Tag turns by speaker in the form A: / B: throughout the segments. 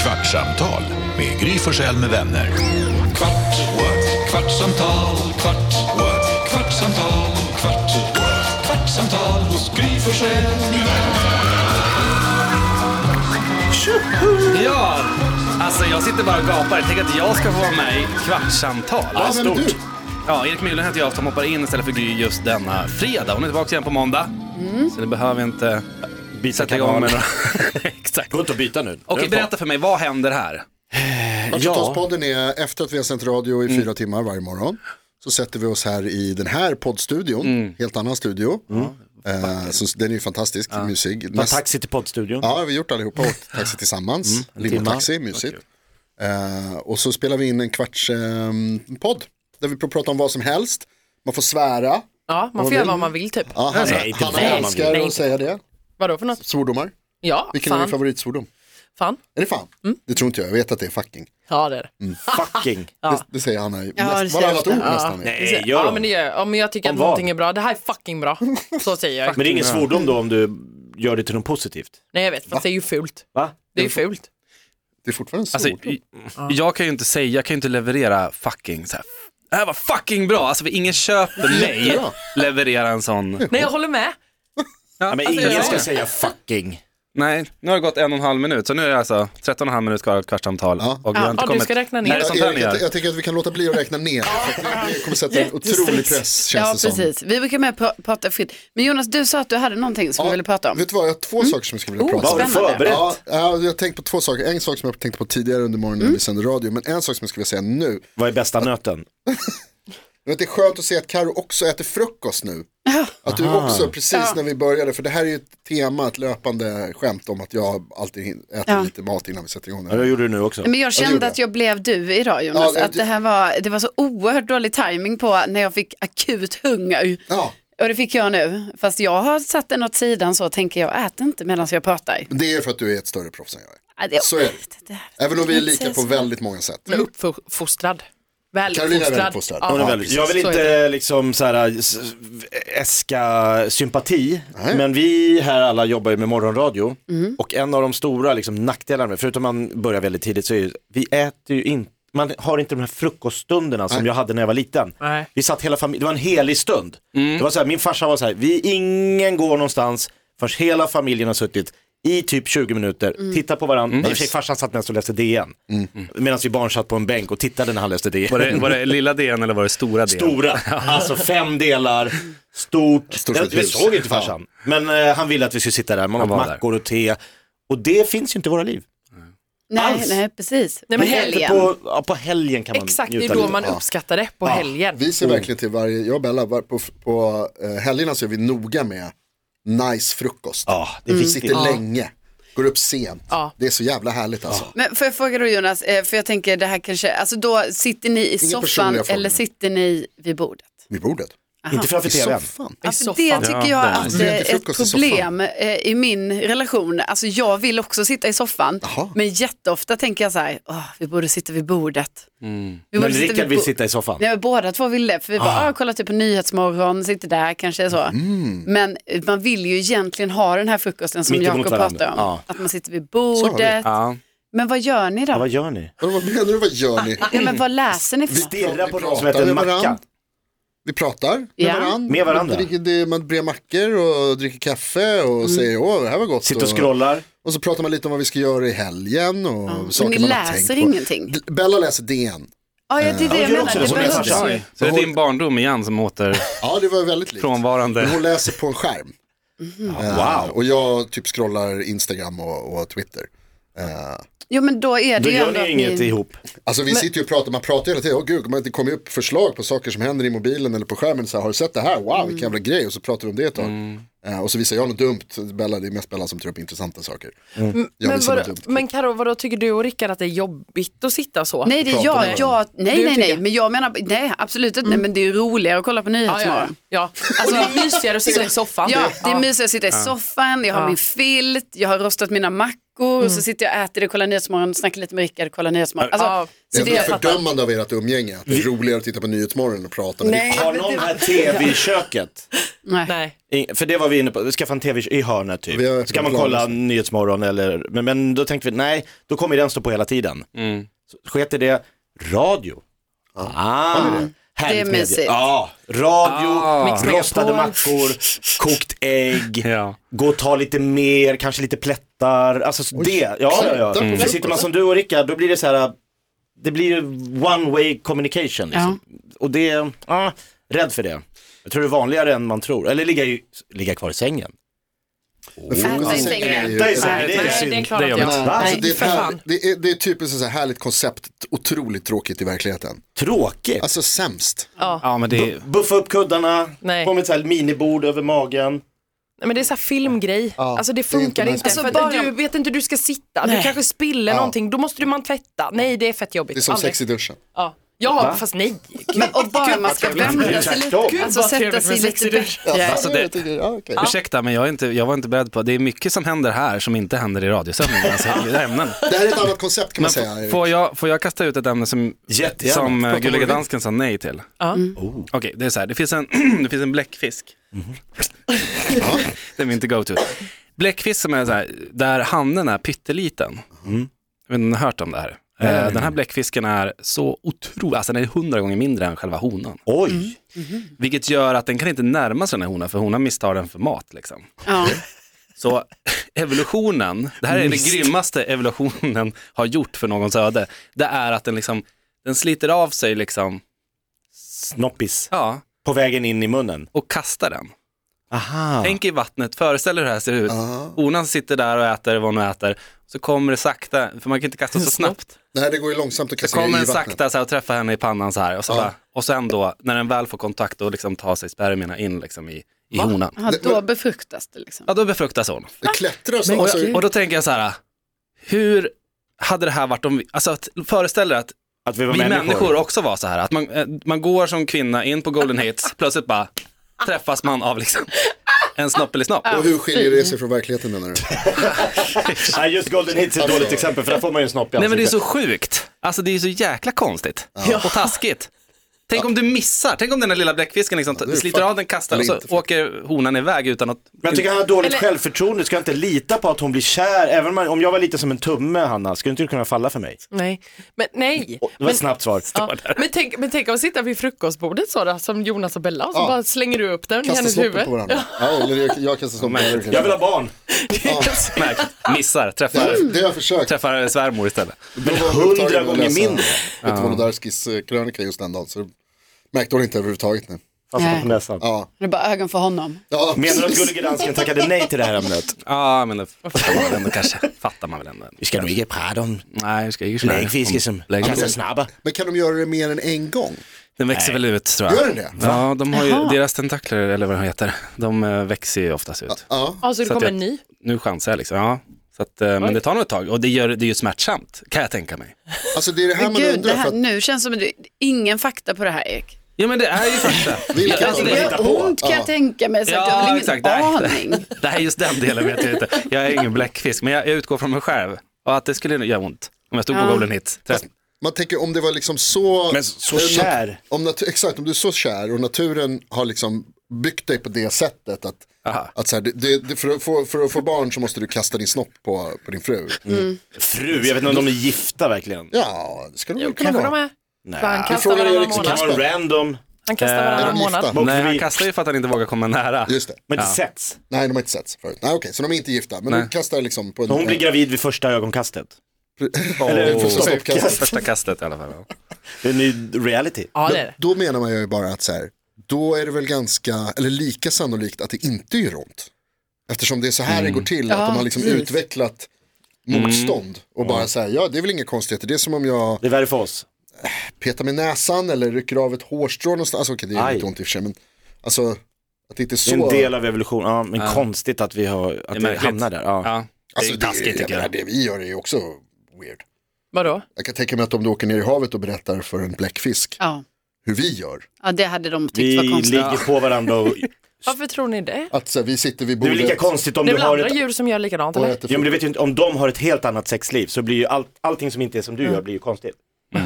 A: kvartsamtal med Gry Forssell med vänner. Kvart, what? kvartsamtal, kvart, what? kvartsamtal, kvart, what? kvartsamtal hos Gry Forssell med vänner.
B: Ja, alltså jag sitter bara och gapar. Tänk att jag ska få vara med i Kvartssamtal.
C: Ja, vem är du?
B: Ja, Erik Myhlen heter jag som hoppar in istället för Gry just denna fredag. Hon är tillbaka igen på måndag. Så ni behöver inte
D: Byta
B: sätta igång med några... Exakt.
D: Gå inte och byta nu.
B: Okej, berätta för mig. Vad händer här?
D: Ja, Mm.
C: Förståspodden är efter att vi har sänt radio i fyra timmar varje morgon. Så sätter vi oss här i den här poddstudion,
D: Mm.
C: helt annan studio. Eh, så den är ju fantastisk, mysig.
D: ta
C: Näst-
D: taxi till poddstudion.
C: Ja, vi har gjort allihopa, åkt taxi
D: Mm.
C: tillsammans. Limo taxi, mysigt. Eh, och så spelar vi in en kvarts eh, podd, där vi pratar om vad som helst. Man får svära.
E: Ja, man får göra vad man vill typ.
C: Ja, Hanna,
D: Nej, inte
C: Hanna
D: vad man
C: älskar
D: vill.
C: att säga det.
E: Vadå för något?
C: Svordomar.
E: Ja,
C: Vilken är
E: fan.
C: din favoritsvordom?
E: fan.
C: Är det fan?
F: Mm.
C: Det tror inte jag, jag vet att det är fucking.
E: Ja, det är det.
D: Fucking.
C: Det, det säger Hanna i
F: det
C: näst,
F: säger jag
C: varannat ord
F: ofta.
C: nästan.
D: Nej,
E: Så-
D: gör
E: ja,
D: dem.
E: men
D: men,
E: det
D: det...
E: gör jag. Om jag tycker
D: Om
E: att
D: vad?
E: någonting är bra, det här är fucking bra. Så säger jag.
D: är ingen svordom då om du gör det till något positivt?
E: Nej, jag vet, fast det är ju fult.
D: Va?
E: Det är ju fult.
C: Det är fortfarande en
B: Alltså,
C: svordom.
B: i- jag kan ju inte säga, jag kan ju inte leverera fucking så här. Det här var fucking bra. Alltså, för ingen köper mig
C: Jättebra.
B: leverera en sån.
E: Nej, jag håller med.
D: Ja, men
B: Alltså,
D: ingen
B: jag-
D: ska säga fucking.
B: Nej, nu har det gått en och en halv minut, så nu är det alltså 13 och en halv minut kvar av kvartsamtal.
C: Ja.
B: Och vi har inte
E: Ja, du
B: kommit...
E: ska räkna ner.
B: När det är sånt här
C: jag,
B: ni
C: jag,
B: gör.
C: jag tycker att vi kan låta bli att räkna ner. för att Det kommer sätta en otrolig press känns
F: Ja,
C: det som.
F: precis. Vi brukar med pra- prata fritt. Men Jonas, du sa att du hade någonting som du ville prata om.
C: Vet du vad, jag har två saker som jag skulle vilja
F: Oh,
C: prata
D: Vad
C: om.
D: har du
F: Spännande.
D: förberett?
C: Ja, ja, jag har tänkt på två saker. En sak som jag tänkte på tidigare under morgonen
F: Mm.
C: när vi sände radio, men en sak som jag skulle vilja säga nu.
D: Vad är bästa nöten?
C: Jag vet, det är skönt att se att Karo också äter frukost nu. Att du också, precis när vi började, för det här är ju ett tema, ett löpande skämt om att jag alltid hin- äter
F: Ja.
C: lite mat innan vi sätter igång. Det
D: Ja,
C: här.
D: det gjorde du nu också.
F: Men jag
C: gjorde
F: kände
C: jag.
F: att jag blev du idag Jonas.
C: Ja, det-
F: att det här var, det var så oerhört dålig timing på när jag fick akut hunger.
C: Ja,
F: Och det fick jag nu. Fast jag har satt den åt sidan så och tänker jag äter inte medan jag pratar.
C: det är för att du är ett större proffs än jag är.
F: Ja, det-
C: Så är
F: Det där.
C: Även om vi är
F: Jag
C: lika
F: säger
C: på
F: så.
C: väldigt många
F: Mm.
C: sätt.
E: Men uppfostrad.
C: Carolina är
E: Väluppfostrad.
C: väluppfostrad.
D: Hon är
C: Ja,
D: väldigt-
C: precis.
D: jag vill
E: Så är
D: inte liksom så här, s- äska sympati, men vi här alla jobbar ju med morgonradio och en av de stora liksom, nackdelarna med, förutom att man börjar väldigt tidigt, så är ju, vi äter ju inte man har inte de här frukoststunderna som jag hade när jag var liten.
E: Nej.
D: Vi satt hela familjen, det var en helig stund. Det var så här, min farsa var så här, vi, ingen går någonstans förrän hela familjen har suttit i typ 20 minuter, tittat på varandra. I och för sig farsan satt mest och läste DN. Medan vi barn satt på en bänk och tittade när han läste DN.
B: Var det, var det lilla DN eller var det stora DN?
D: Stora, alltså fem delar, stort.
C: Stort
D: jag,
C: som ett
D: jag
C: hus.
D: såg inte farsan, men eh, han ville att vi skulle sitta där. Man
B: Han
D: åt
B: var där.
D: mackor och te. Och det finns ju inte i våra liv.
F: Nej,
D: Alls.
F: nej, precis.
E: Nej,
F: På
E: men
F: helgen.
D: På, ja, på helgen kan man
E: Exakt, det är
D: njuta
E: då
D: lite.
E: man
D: Ja.
E: uppskattar det, på helgen.
C: Vi
D: Mm.
C: ser verkligen till varje, jag och Bella, var- på, på eh, helgerna så är vi noga med nice frukost.
D: Ja, det är
C: Vi
D: viktigt.
C: sitter länge, går upp sent. Det är så jävla härligt alltså.
F: Men får jag fråga då Jonas, eh, för jag tänker det här kanske, alltså då sitter ni i soffan
C: personliga frågor.
F: eller sitter ni vid bordet?
C: Vid bordet.
D: Inte framför
C: I
D: tvn.
C: soffan.
F: Ja,
E: I
F: för
E: soffan.
F: Alltså, det tycker
B: Ja,
F: jag
B: där.
F: att
C: Det är
F: är
C: inte
F: ett
C: frukost i
F: problem eh, i min relation. Alltså jag vill också sitta i soffan,
C: Jaha.
F: men jätteofta tänker jag så här, "Åh, vi borde sitta vid bordet. Vi
D: Mm. Men
F: borde sitta
D: Rickard
F: vid
D: vill
F: bo-
D: sitta i soffan.
F: Nej, men båda två vill det, för vi bara, ah. kolla typ på Nyhetsmorgon, sitter där kanske så. Men eh, man vill ju egentligen ha den här frukosten som
D: Mm. Mitt emot
F: Jakob
D: varandra.
F: pratar om.
D: Ja.
F: Att man sitter vid bordet.
B: Ja.
F: Men vad gör ni
D: Ja,
F: då?
D: vad gör ni?
C: Men Vad menar du, vad gör ni?
F: Ja, men vad läser ni för något?
D: Stirra på
C: Vi
D: någon som
C: pratar
D: äter en
C: med
D: macka.
C: varandra. Vi pratar med
F: Ja.
C: varandra.
D: Med varandra.
C: Man, dricker, det- man brer mackor och dricker kaffe och
F: Mm.
C: säger åh det här var gott.
D: Sitter och scrollar.
C: och så pratar man lite om vad vi ska göra i helgen och
F: Men
C: saker
F: ni
C: man har tänkt på.
F: läser ingenting?
C: D- Bella läser DN.
F: Ja, ja, det är det jag
D: gör också
F: menar.
D: det.
F: Det
D: Hon
F: behövs-
D: läser det.
B: Oj, Så det är din barndom igen som åter
C: Ja det var väldigt likt. Men
B: frånvarande.
C: hon läser på en skärm. Eh,
D: Wow.
C: och jag typ scrollar Instagram och, och Twitter. Eh,
F: Jo, men då är det
D: Då
F: ju
D: gör
F: ändå
D: ni
F: att
D: inget
F: ni...
D: ihop.
C: Alltså vi sitter ju och pratar, man pratar hela tiden, åh gud, man, det kommer ju upp förslag på saker som händer i mobilen eller på skärmen, så här, har du sett det här, wow, vilken
E: Mm.
C: jävla grej, och så pratar vi om det ett tag. Eh, och så visar jag något dumt, Bella, det är mest Bella som tar upp intressanta saker. Jag
E: Mm. Men,
C: visar
E: vadå,
C: något dumt.
E: men Karo, vadå tycker du och Rickard att det är jobbigt att sitta så?
F: Nej, det är
C: Prata
F: jag. jag nej,
E: Du
F: nej, nej.
E: tycker-
F: Men jag menar, nej, absolut inte. Nej, men det är ju roligare att kolla på
E: Ja, ja,
F: Nyhetsmorgon.
E: ja. Alltså, det är mysigare att sitta i soffan.
F: Ja, det är mysigt att sitta i soffan, jag har min filt, jag har rostat mina mackor, veckor och så sitter jag och äter det, kollar Nyhetsmorgon, snackar lite med Rickard, kollar Nyhetsmorgon. Alltså,
E: Ja.
C: Det
F: så
C: är
F: det,
C: ändå ett fördömande av ert umgänge. att Det är roligare att titta på Nyhetsmorgon och prata med
E: Nej.
D: Har någon här tv i köket?
F: nej.
E: Nej.
D: I- För det var vi inne på, skaffa en tv i hörnet
C: Vi har-
D: typ. Ska man kolla Nyhetsmorgon eller, men, men då tänkte vi nej, då kommer ju den stå på hela tiden.
B: Mm.
D: Så Sket i det, radio. Ah,
F: Det är
D: härligt medie.
F: mysigt.
D: Ja, radio,
B: Ah.
E: Mix Megapol.
D: rostade mackor, kokt ägg,
B: Ja.
D: gå och ta lite mer, kanske lite plättar. Alltså så det, ja ja ja.
C: plättar på
D: Mm. För sitter man som du och Rickard, då blir det så här, det blir ju one way communication liksom. Och det, ah, rädd för det. Jag tror det är vanligare än man tror. Eller ligga, i, ligga kvar i sängen.
C: Men frågan
F: Äta i
C: om sängen är ju-
D: Äta i sängen, det är
E: Nej, det
D: synd.
E: klarar
B: Det gör
E: inte
B: man
E: jag.
B: inte.
C: Alltså, det, är ett
E: för fan.
C: härligt, det, är, det är typiskt ett så här härligt koncept, otroligt tråkigt i verkligheten.
D: Tråkigt.
C: Alltså sämst.
B: Ja, men det är...
D: Buffa upp kuddarna,
E: Nej.
D: på med ett så här minibord över magen.
E: Nej, Men det är så här filmgrej. Alltså det
C: inte
E: funkar
C: nice.
E: inte.
C: Alltså,
E: för att
F: bara-
E: Du vet inte hur du ska sitta. Du kanske spiller någonting. Då måste du man tvätta. Nej, det är fett jobbigt.
C: Det är som
E: Aldrig.
C: sex i duschen.
E: Ja, ja fast nej.
F: Men, och bara man ska vända sig lite,
D: Tvärtom.
F: alltså
E: vad
F: sätta
E: trevligt
F: sig
E: med sex
F: lite
E: i duschen.
F: bättre.
B: Alltså det,
C: tycker, ja, okej.
B: ursäkta, men jag, är inte, jag var inte beredd på, det är mycket som händer här som inte händer i radiosändningen, alltså i det här ämnen.
C: Det här är ett annat koncept kan man
B: Men
C: säga.
B: f- får, jag, får jag kasta ut ett ämne som,
D: Jättegärna.
B: som eh,
C: Prata om
B: Gulliga
C: det.
B: Dansken sa nej till? Mm.
E: Ja.
B: Okej, det är så här, det finns en, det finns en bläckfisk. det är min inte go-to. Bläckfisk som är så här, där handen är pytteliten. Jag vet inte om ni har hört om det här. Eh, Den här bläckfisken är så otrolig, alltså den är hundra gånger mindre än själva honan.
D: Oj,
B: Vilket gör att den kan inte närma sig den här honan, för honan misstar den för mat. Liksom.
F: Ja.
B: Så evolutionen, det här är det grymmaste evolutionen har gjort för någons öde, det är att den, liksom, den sliter av sig liksom,
D: snoppis.
B: ja,
D: På vägen in i munnen.
B: och kastar den.
D: Aha.
B: Tänk i vattnet, föreställ er hur det här ser ut. Honan sitter där och äter vad hon äter, så kommer det sakta, för man kan inte kasta så snabbt,
C: Nej, det går ju långsamt att
B: så
C: kasta
B: kommer
C: ner i
B: den
C: vattnet.
B: sakta så här, och träffar henne i pannan så här. Och, så bara, och sen då, när den väl får kontakt, då liksom tar sig spermierna in liksom, i, i honan.
F: Ja, då befruktas det liksom.
B: Ja, då befruktas hon.
C: Det klättrar så.
B: Och,
C: Alltså,
B: jag, och då tänker jag så här, hur hade det här varit om vi, alltså att föreställ er att
D: Att vi var
B: vi
D: människor.
B: människor. också var så här, att man, eh, man går som kvinna in på Golden Hits, plötsligt bara träffas man av liksom en snopp.
C: och hur skiljer det sig från verkligheten menar du?
D: Nej, just Golden Hits är ett dåligt exempel för där får man ju en snopp i
B: Nej men det är
D: ansiktet.
B: så sjukt, alltså det är så jäkla konstigt och taskigt. Tänk om du missar, tänk om den där lilla bläckfisken liksom
C: är
B: sliter
C: fuck-
B: av den, kastar och
C: eller
B: så
C: inte fuck.
B: åker honan iväg utan att...
D: Men jag tycker han har dåligt självförtroende, ska jag inte lita på att hon blir kär? Även om, man, om jag var lite som en tumme Hanna, skulle inte du kunna falla för mig?
E: Nej, men nej.
D: Och, det var ett snabbt svar.
E: Ja, men, tänk, men tänk om att sitta vid frukostbordet så då, som Jonas och Bella och så
C: Ja.
E: bara slänger du upp den i
C: Kasta
E: hennes
C: snoppen
E: huvud.
C: på varandra. Ja, eller jag, jag kastar snoppen på
D: Jag vill
C: varandra.
D: ha barn.
B: Märk, missar,
C: Det har
B: träffar,
C: jag- det har jag försökt.
B: träffar svärmor istället.
C: Men
D: Hundra gånger mindre.
C: Vet du vad Lodarskis eh, krönika just den dagen? Så det märkte hon inte överhuvudtaget nu.
D: Fastnade
F: Nej.
D: på näsan.
C: Ja.
F: Det är bara ögon för honom.
C: Ja,
D: Menar du att
C: precis.
D: Gullige Dansken tackade nej till det här ämnet?
B: Ja men det fattar man väl ändå kanske, fattar man väl ändå.
D: Vi ska nog inte prata om
B: Nej, det ska ju
D: bläckfiskar som
C: Alltså,
D: kastar snabba.
C: Men kan de göra det mer än en gång?
B: Den växer väl ut tror jag.
C: Gör den det?
B: Ja, de har ju,
F: Jaha.
B: deras tentakler eller vad de heter, de eh, växer ju oftast ut.
C: Ja.
E: Ja, så det
B: Så att
E: kommer
B: jag-
E: en ny.
B: Nu chansar jag liksom, ja. Så att, eh, men det tar nog ett tag och det, gör, det är ju smärtsamt, kan jag tänka mig.
C: Alltså det är det här
F: Men
C: man
F: gud, det
C: undrar.
F: här,
C: För att,
F: nu känns som att det ingen fakta på det här Erik.
B: Ja men det är ju fakta.
C: vilka
F: Alltså
C: av
F: det
C: dem-
F: gör ont kan jag tänka mig, så att jag har ingen aning.
B: Det här är just den delen vet jag inte. Jag är ingen bläckfisk, men jag, jag utgår från mig själv. Och att det skulle göra ont om jag stod på Golden Hits. Träff-
C: Man tänker om det var liksom så...
D: Men så
C: eh, nat-
D: kär.
C: Om nat- exakt, om du är så kär och naturen har liksom byggt dig på det sättet att,
B: Aha.
C: att så här, det, det, det- för, att få, för att få barn så måste du kasta din snopp på, på din fru.
E: Mm.
C: Mm.
D: Fru, jag vet inte om de är gifta verkligen.
C: Ja, det ska de väl kunna
E: Kanske de
C: vara.
E: är. För Han kastar
C: Frågan är
E: varannan
C: liksom-
D: Det kan
E: månad.
D: vara random,
E: Han kastar
B: Eh,
E: varannan
C: är de
E: månad.
C: gifta?
D: Bok
B: Nej, han
D: förbi.
B: kastar ju för att han inte vågar komma nära.
C: Just det.
D: men det sätts.
C: Nej, de har inte sett sig förut. Nej, okej, så de är inte gifta. Men de kastar liksom på en...
D: Hon blir gravid vid första ögonkastet.
C: Eller
B: Åh,
C: första snoppkastet.
B: Första kastet i alla fall.
C: Alltså,
B: ja.
D: Det är en ny reality.
E: Ja, det
C: Men
E: är det.
C: då menar man ju bara att så här, då är det väl ganska, eller lika sannolikt att det inte gör ont. Eftersom det är så här
D: Mm.
C: det går till, att de har liksom utvecklat motstånd och bara så här, ja det är väl inga konstigheter, det är som om jag
D: Det är värre för oss.
C: petar med näsan eller rycker av ett hårstrå någonstans, alltså okej det är
D: Aj.
C: lite ont i och för sig, men alltså att det inte är
D: Det
C: så.
D: är en del av evolutionen. Ja, men konstigt att vi har, att vi
B: märkligt.
D: hamnar där. Ja.
B: Ja, det är
C: alltså,
B: ju taskigt
C: jag
B: tycker
C: menar,
B: jag.
C: det vi gör är ju också weird.
E: Vadå?
C: Jag kan tänka mig att om du åker ner i havet och berättar för en bläckfisk
F: Ja.
C: hur vi gör,
F: ja, det hade de tyckt
D: Vi
F: var konstigt.
D: ligger på varandra och
E: Varför tror ni det?
C: Att så här, vi sitter vid
D: Det är
C: bordet.
D: väl lika konstigt om
E: Det är
D: du
E: väl
D: har
E: andra
D: ett
E: djur som gör likadant?
C: och
E: Eller?
C: äter
D: Ja, men du
C: frukost.
D: vet ju inte, om de har ett helt annat sexliv så blir ju allt, allting som inte är som du gör blir ju konstigt.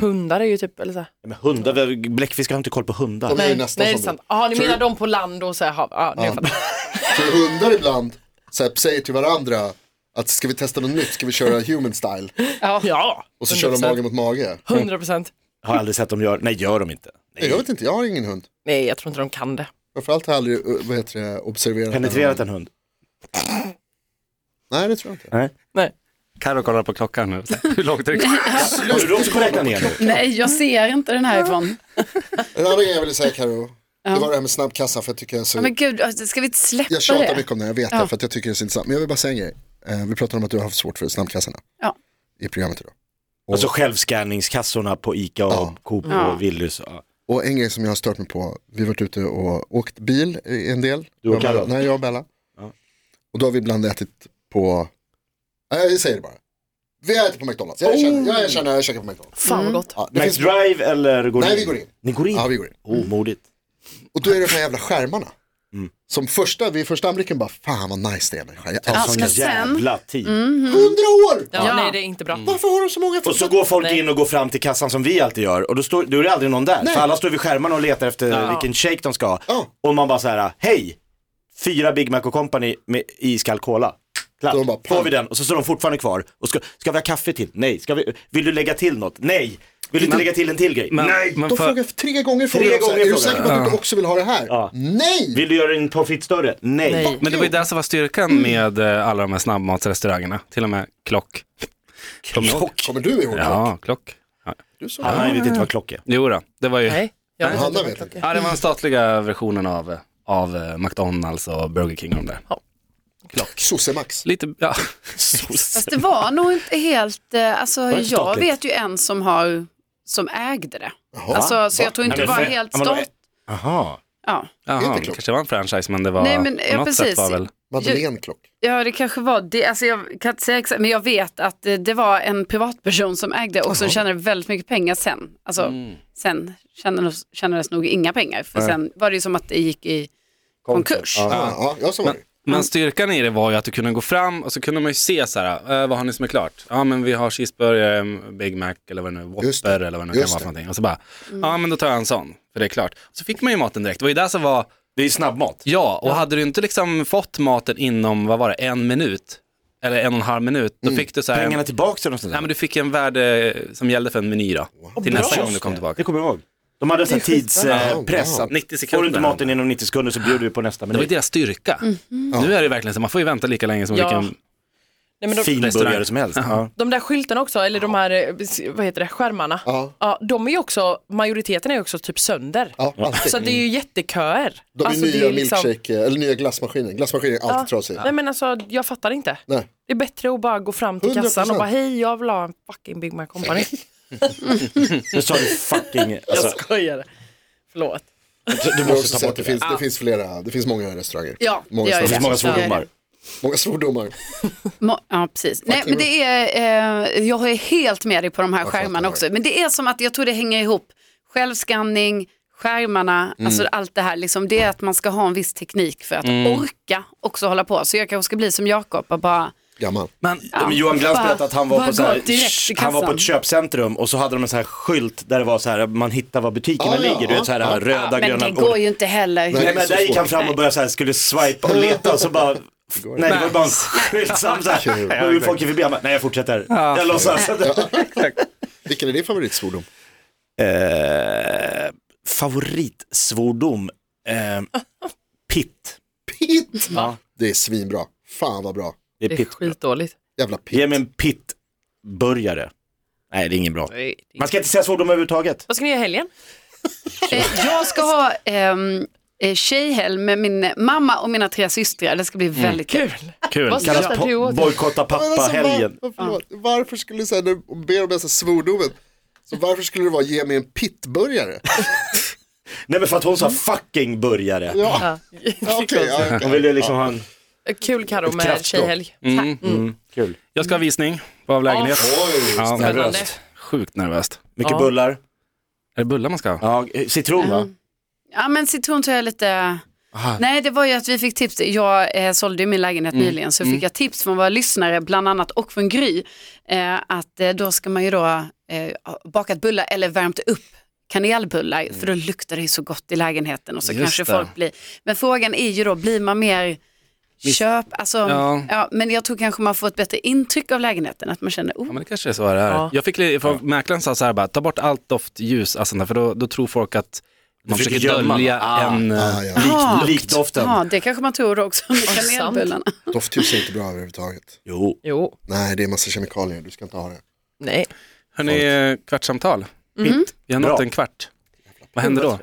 E: Hundar är ju typ, eller så. här.
D: Men hundar, bläckfiskar har inte koll på hundar.
C: De är ju nästan
E: Nej, det är
C: som du.
E: sant. Ja, ni
C: Tror
E: menar
C: du-
E: de på land och så här hav. Ja, nu fattar jag.
C: För hundar ibland så här, säger till varandra att ska vi testa något nytt, ska vi köra human style?
E: Ja,
C: Och så kör de mage mot mage.
E: 100 procent.
D: Har aldrig sett dem göra, nej gör de inte.
C: Nej, jag vet inte, jag har ingen hund.
E: Nej, jag tror inte de kan det.
C: Framförallt har jag aldrig eh, vad heter det, observerat
D: Penetrerat
C: den.
D: en hund.
C: Nej, det tror jag inte.
D: Nej.
E: Nej.
B: Carro kollar på klockan nu. Hur långt är det kvar?
D: Har du också på räkna ner nu?
F: Nej, jag ser inte den härifrån.
C: En annan grej jag ville säga Karo, det var det här med snabbkassa för jag tycker jag så...
F: Ja, Men gud, alltså, ska vi inte släppa
C: Jag tjatar
F: det?
C: mycket om det, jag vet det,
F: Ja.
C: för att jag tycker det är så intressant. Men jag vill bara säga en grej. Eh, Vi pratade om att du har haft svårt för snabbkassarna
F: Ja.
C: i programmet idag.
D: Alltså självskanningskassorna på ICA och Coop
F: Ja.
D: och Willys. Ja.
C: Och en grej som jag har stört mig på, vi har varit ute och åkt bil i en del.
D: Du och Karo?
C: Nej, jag och Bella.
D: Ja.
C: Och då har vi ibland ätit på, nej jag säger det bara. Vi har ätit på McDonalds, jag erkänner, jag erkänner, jag käkar på McDonalds.
E: Fan vad gott.
C: Ja, det
D: Oh! Max
C: finns...
D: Drive eller går
C: Nej,
D: ni
C: vi går in.
D: Ni går in?
C: ja, vi går in.
D: Oh, modigt.
C: Och då är det de här jävla skärmarna.
D: Mm.
C: Som första, vid första anblicken bara, fan vad nice det är med skärmar. Jag
F: Ja,
C: älskar
F: men
C: det.
F: sen,
D: Jävla tid.
C: Hundra år!
E: Ja,
F: Ja.
E: Nej, det är inte bra.
C: Varför har de så många?
D: Och så går folk in och går fram till kassan som vi alltid gör och då, står, då är det aldrig någon där. För alla står vid skärmarna och letar efter vilken shake de ska ha.
C: Ja.
D: Och man bara så här, hej! Fyra Big Mac och Company med iskall cola. Klart.
C: De bara,
D: Får vi den och så står de fortfarande kvar. Och ska, ska vi ha kaffe till? Nej. Ska vi, vill du lägga till något? Nej. Vill du inte lägga till en till grej?
B: Men-
D: Nej.
B: men
C: De
B: för-
C: frågar tre gånger,
D: Tre
C: frågar de så här,
D: gånger
C: är du
D: frågar
C: säker
D: de.
C: på att du inte också vill ha det här?
D: Ja.
C: Nej!
D: Vill du göra din pommes frites större? Nej.
E: Nej.
B: Men det var ju det som var
C: Mm.
B: styrkan med eh, alla de här snabbmatsrestaurangerna, till och med klock. Kommer du ihåg?
C: Kommer du ihåg?
B: Ja, klock. Ja.
C: Du sa
D: Han vet inte vad klock är.
B: Jo då, det var ju,
E: Nej, jag vet
C: Hanna
E: inte.
C: vet inte.
B: ja, det var den statliga versionen av, eh, av eh, McDonalds och Burger King och de där.
C: Sosse-Max.
B: Lite, ja.
F: fast det var nog inte helt, eh, alltså
D: det
F: jag
D: inte statligt?
F: vet ju en som har, som ägde det. Alltså, så jag tror inte
D: Nej,
F: det
D: men
F: var
D: för-
F: helt
D: Ja, men då-
F: stolt.
D: Aha.
F: Ja.
B: Jaha,
C: Inte
B: det
C: klokt.
B: kanske var en franchise men det var
F: Nej, men,
B: på
F: ja,
B: något sätt
F: precis.
B: var väl.
C: Madeleine Klock.
F: Ja, det kanske var det. Alltså, jag kan inte säga exakt, men jag vet att eh, det var en privatperson som ägde och som tjänade väldigt mycket pengar sen. Alltså, sen tjänades, tjänades nog inga pengar, för sen var det ju som att det gick i konkurs.
C: Ja, ja, ja, så var det.
B: Men styrkan i det var ju att du kunde gå fram och så kunde man ju se så här, eh, vad har ni som är klart? Ja men vi har cheeseburgare, mm, Big Mac eller vad det nu är,
C: Just
B: Whopper
C: det.
B: eller vad det nu kan
C: Just
B: vara för
C: det.
B: någonting. Och så bara,
F: Mm.
B: ja men då tar jag en sån, för det är klart. Så fick man ju maten direkt, det var ju det som var
D: Det är snabbmat.
B: Ja, och hade du inte liksom fått maten inom, vad var det, en minut? Eller en och en halv minut,
C: Mm.
B: då fick du så här,
D: Pengarna tillbaka eller något sånt där.
B: nej men du fick en värde som gällde för en meny då, till nästa gång du kom tillbaka.
D: Det kommer jag ihåg. De hade en sån
C: Ja,
D: tidspress.
C: wow.
D: eh, att
B: 90
D: Får du
B: sekunder.
D: inte maten inom 90 sekunder så bjuder vi på nästa
B: Det var ju
D: meny.
B: deras styrka. Nu är det verkligen så, man får ju vänta lika länge som
E: Ja.
B: vilken,
E: Nej, men de,
D: Fin
B: Restaurang.
D: burgare som helst. Ja.
E: de där skyltarna också, eller de här, eh, s- vad heter det, skärmarna.
C: Ja.
E: Ja, de är ju också, majoriteten är ju också typ sönder.
C: Ja, alltid.
E: Så det är ju jätteköer.
C: De är
E: Alltså, det
C: nya
E: är liksom-
C: milkshake, eller nya glassmaskiner. Glassmaskiner är alltid trasig.
E: Nej men alltså jag fattar inte.
C: Nej.
E: Det är bättre att bara gå fram till
C: 100%.
E: kassan och bara hej jag vill ha en fucking Big Mac Company.
D: Nu sa du fucking... Alltså,
E: skojar. Förlåt.
C: Du
D: måste ta bort
C: det.
D: det.
C: Finns, det finns flera, det finns många restauranger.
F: Ja,
C: många,
F: ja,
D: det
C: ställen.
D: finns många svordomar.
C: många svordomar.
F: Mo- Ja, precis. Nej, men det är, eh, jag är helt med dig på de här skärmarna
C: fattar.
F: också. Men det är som att jag tror det hänger ihop. Självskanning, skärmarna, alltså allt det här. Liksom, det är att man ska ha en viss teknik för att orka också hålla på. Så jag kanske ska bli som Jakob och bara,
C: Gammal.
B: men
D: Ja, men Johan Glans
F: Bara-
D: berättade att han var,
F: bara
D: på så
F: gå direkt
D: här,
F: till
D: han var på
F: kassan.
D: ett köpcentrum och så hade de en sån här skylt där det var så här, man hittar var butikerna
C: Ah, ja,
D: ligger. Du vet så här, det här röda,
F: men
D: gröna.
F: det går ju inte heller.
C: Nej,
D: Nej, men
C: så
D: där gick
C: svårt.
D: han fram och började så här, skulle swipa och leta och så bara Nej det var bara en skylt som så här, då gick folk förbi, han bara, nej jag fortsätter. Jag låtsas.
C: Vilken är din favoritsvordom?
D: Eh, favoritsvordom, eh, pitt.
C: Pitt! Det är svinbra. Fan vad bra.
D: Det är
E: Det är
D: pitt.
E: skitdåligt.
C: Jävla pitt.
D: Ge mig en pitt-burgare. Nej, det är ingen bra.
E: Nej, det är-
D: Man ska inte säga svordom överhuvudtaget.
E: Vad ska ni göra i helgen?
F: Eh, jag ska ha ehm, eh, tjejhelg med min mamma och mina tre systrar. Det ska bli väldigt kul.
B: kul.
E: Vad
D: Kallas
E: skrattar du
D: po-
E: åt?
D: bojkotta
C: Men alltså,
D: pappa-helgen.
C: Var, förlåt, Varför skulle, så här, när du ber om den här svordomen, så varför skulle det vara ge mig en pittburgare?
D: Nej, men för att hon sa fucking burgare.
C: Ja, ja okej. ja,
D: Hon
C: okej.
D: ville liksom ha en...
E: Kul Karo med
D: kraftspråk.
E: tjejhelg.
D: Kul.
B: Jag ska ha visning av lägenhet.
C: Oj,
B: Ja,
E: Spännande.
B: nervöst. Sjukt nervöst.
D: Mycket
E: Ja.
D: bullar.
B: Är det bullar man ska ha?
D: Ja, citron va?
F: Ja, men citron tror jag är lite... Nej, det var ju att vi fick tips. Jag eh, sålde ju min lägenhet
B: Mm.
F: nyligen så fick jag tips från våra lyssnare, bland annat och från Gry, eh, att eh, då ska man ju då eh, ha bakat bullar eller värmt upp kanelbullar för då luktar det ju så gott i lägenheten och så
B: Mm. Just
F: kanske
B: det.
F: folk blir. Men frågan är ju då, blir man mer köp, alltså,
B: Ja.
F: ja. men jag tror kanske man får ett bättre intryck av lägenheten, att man känner, oh,
B: Ja, men det kanske är så det är.
E: Ja.
B: Jag fick, li- för mäklaren sa så här bara, ta bort allt doftljus, alltså, för då, då tror folk att man
D: försöker
B: försöker
D: gömma
B: dölja
D: något. Ah.
B: en... eh,
C: Ah, ja.
F: Ah.
D: Likdoften.
F: ja det kanske man tror också med
E: sant.
F: kanelbullarna.
C: Doftljus är inte bra överhuvudtaget.
D: Jo.
E: Jo,
C: Nej, det är massa kemikalier, du ska inte ha det.
E: nej.
B: Hörni, eh, kvartssamtal. Vi har nått
D: Bra.
B: en kvart. Vad händer då?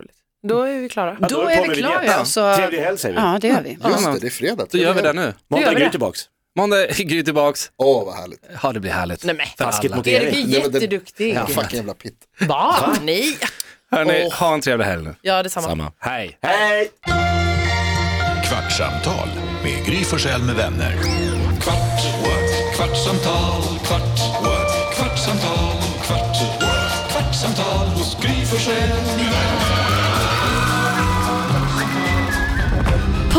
E: Då är vi klara.
D: Ja,
F: Då,
D: då
F: är
D: kommer
F: vi
D: vi
F: klara.
D: ner.
F: Ja. Så,
D: Trevlig helg säger vi.
F: ja, det gör vi.
C: Just
B: men-
C: det, det är fredag.
B: Då gör vi det nu.
E: gör
D: Måndag
E: vi
D: är Gry
E: det.
D: tillbaks.
B: Måndag är Gry tillbaks.
C: Åh, vad härligt.
B: Ja, det blir härligt.
E: Nej, men.
B: för
D: Taskigt
B: alla.
D: mot
E: Erik är
D: Erik.
C: Nej, men det-
E: jätteduktig.
C: Ja, fucking jävla pitt.
E: Va? Nej.
B: Hörni, ha en trevlig helg nu.
E: Ja, detsamma.
B: Samma. Hej.
D: Hej!
A: Kvartsamtal med Gry Forssell med vänner. Kvart, what? kvartsamtal, kvart, what? kvartsamtal, kvart, what? kvartsamtal hos Gry Forssell med vänner.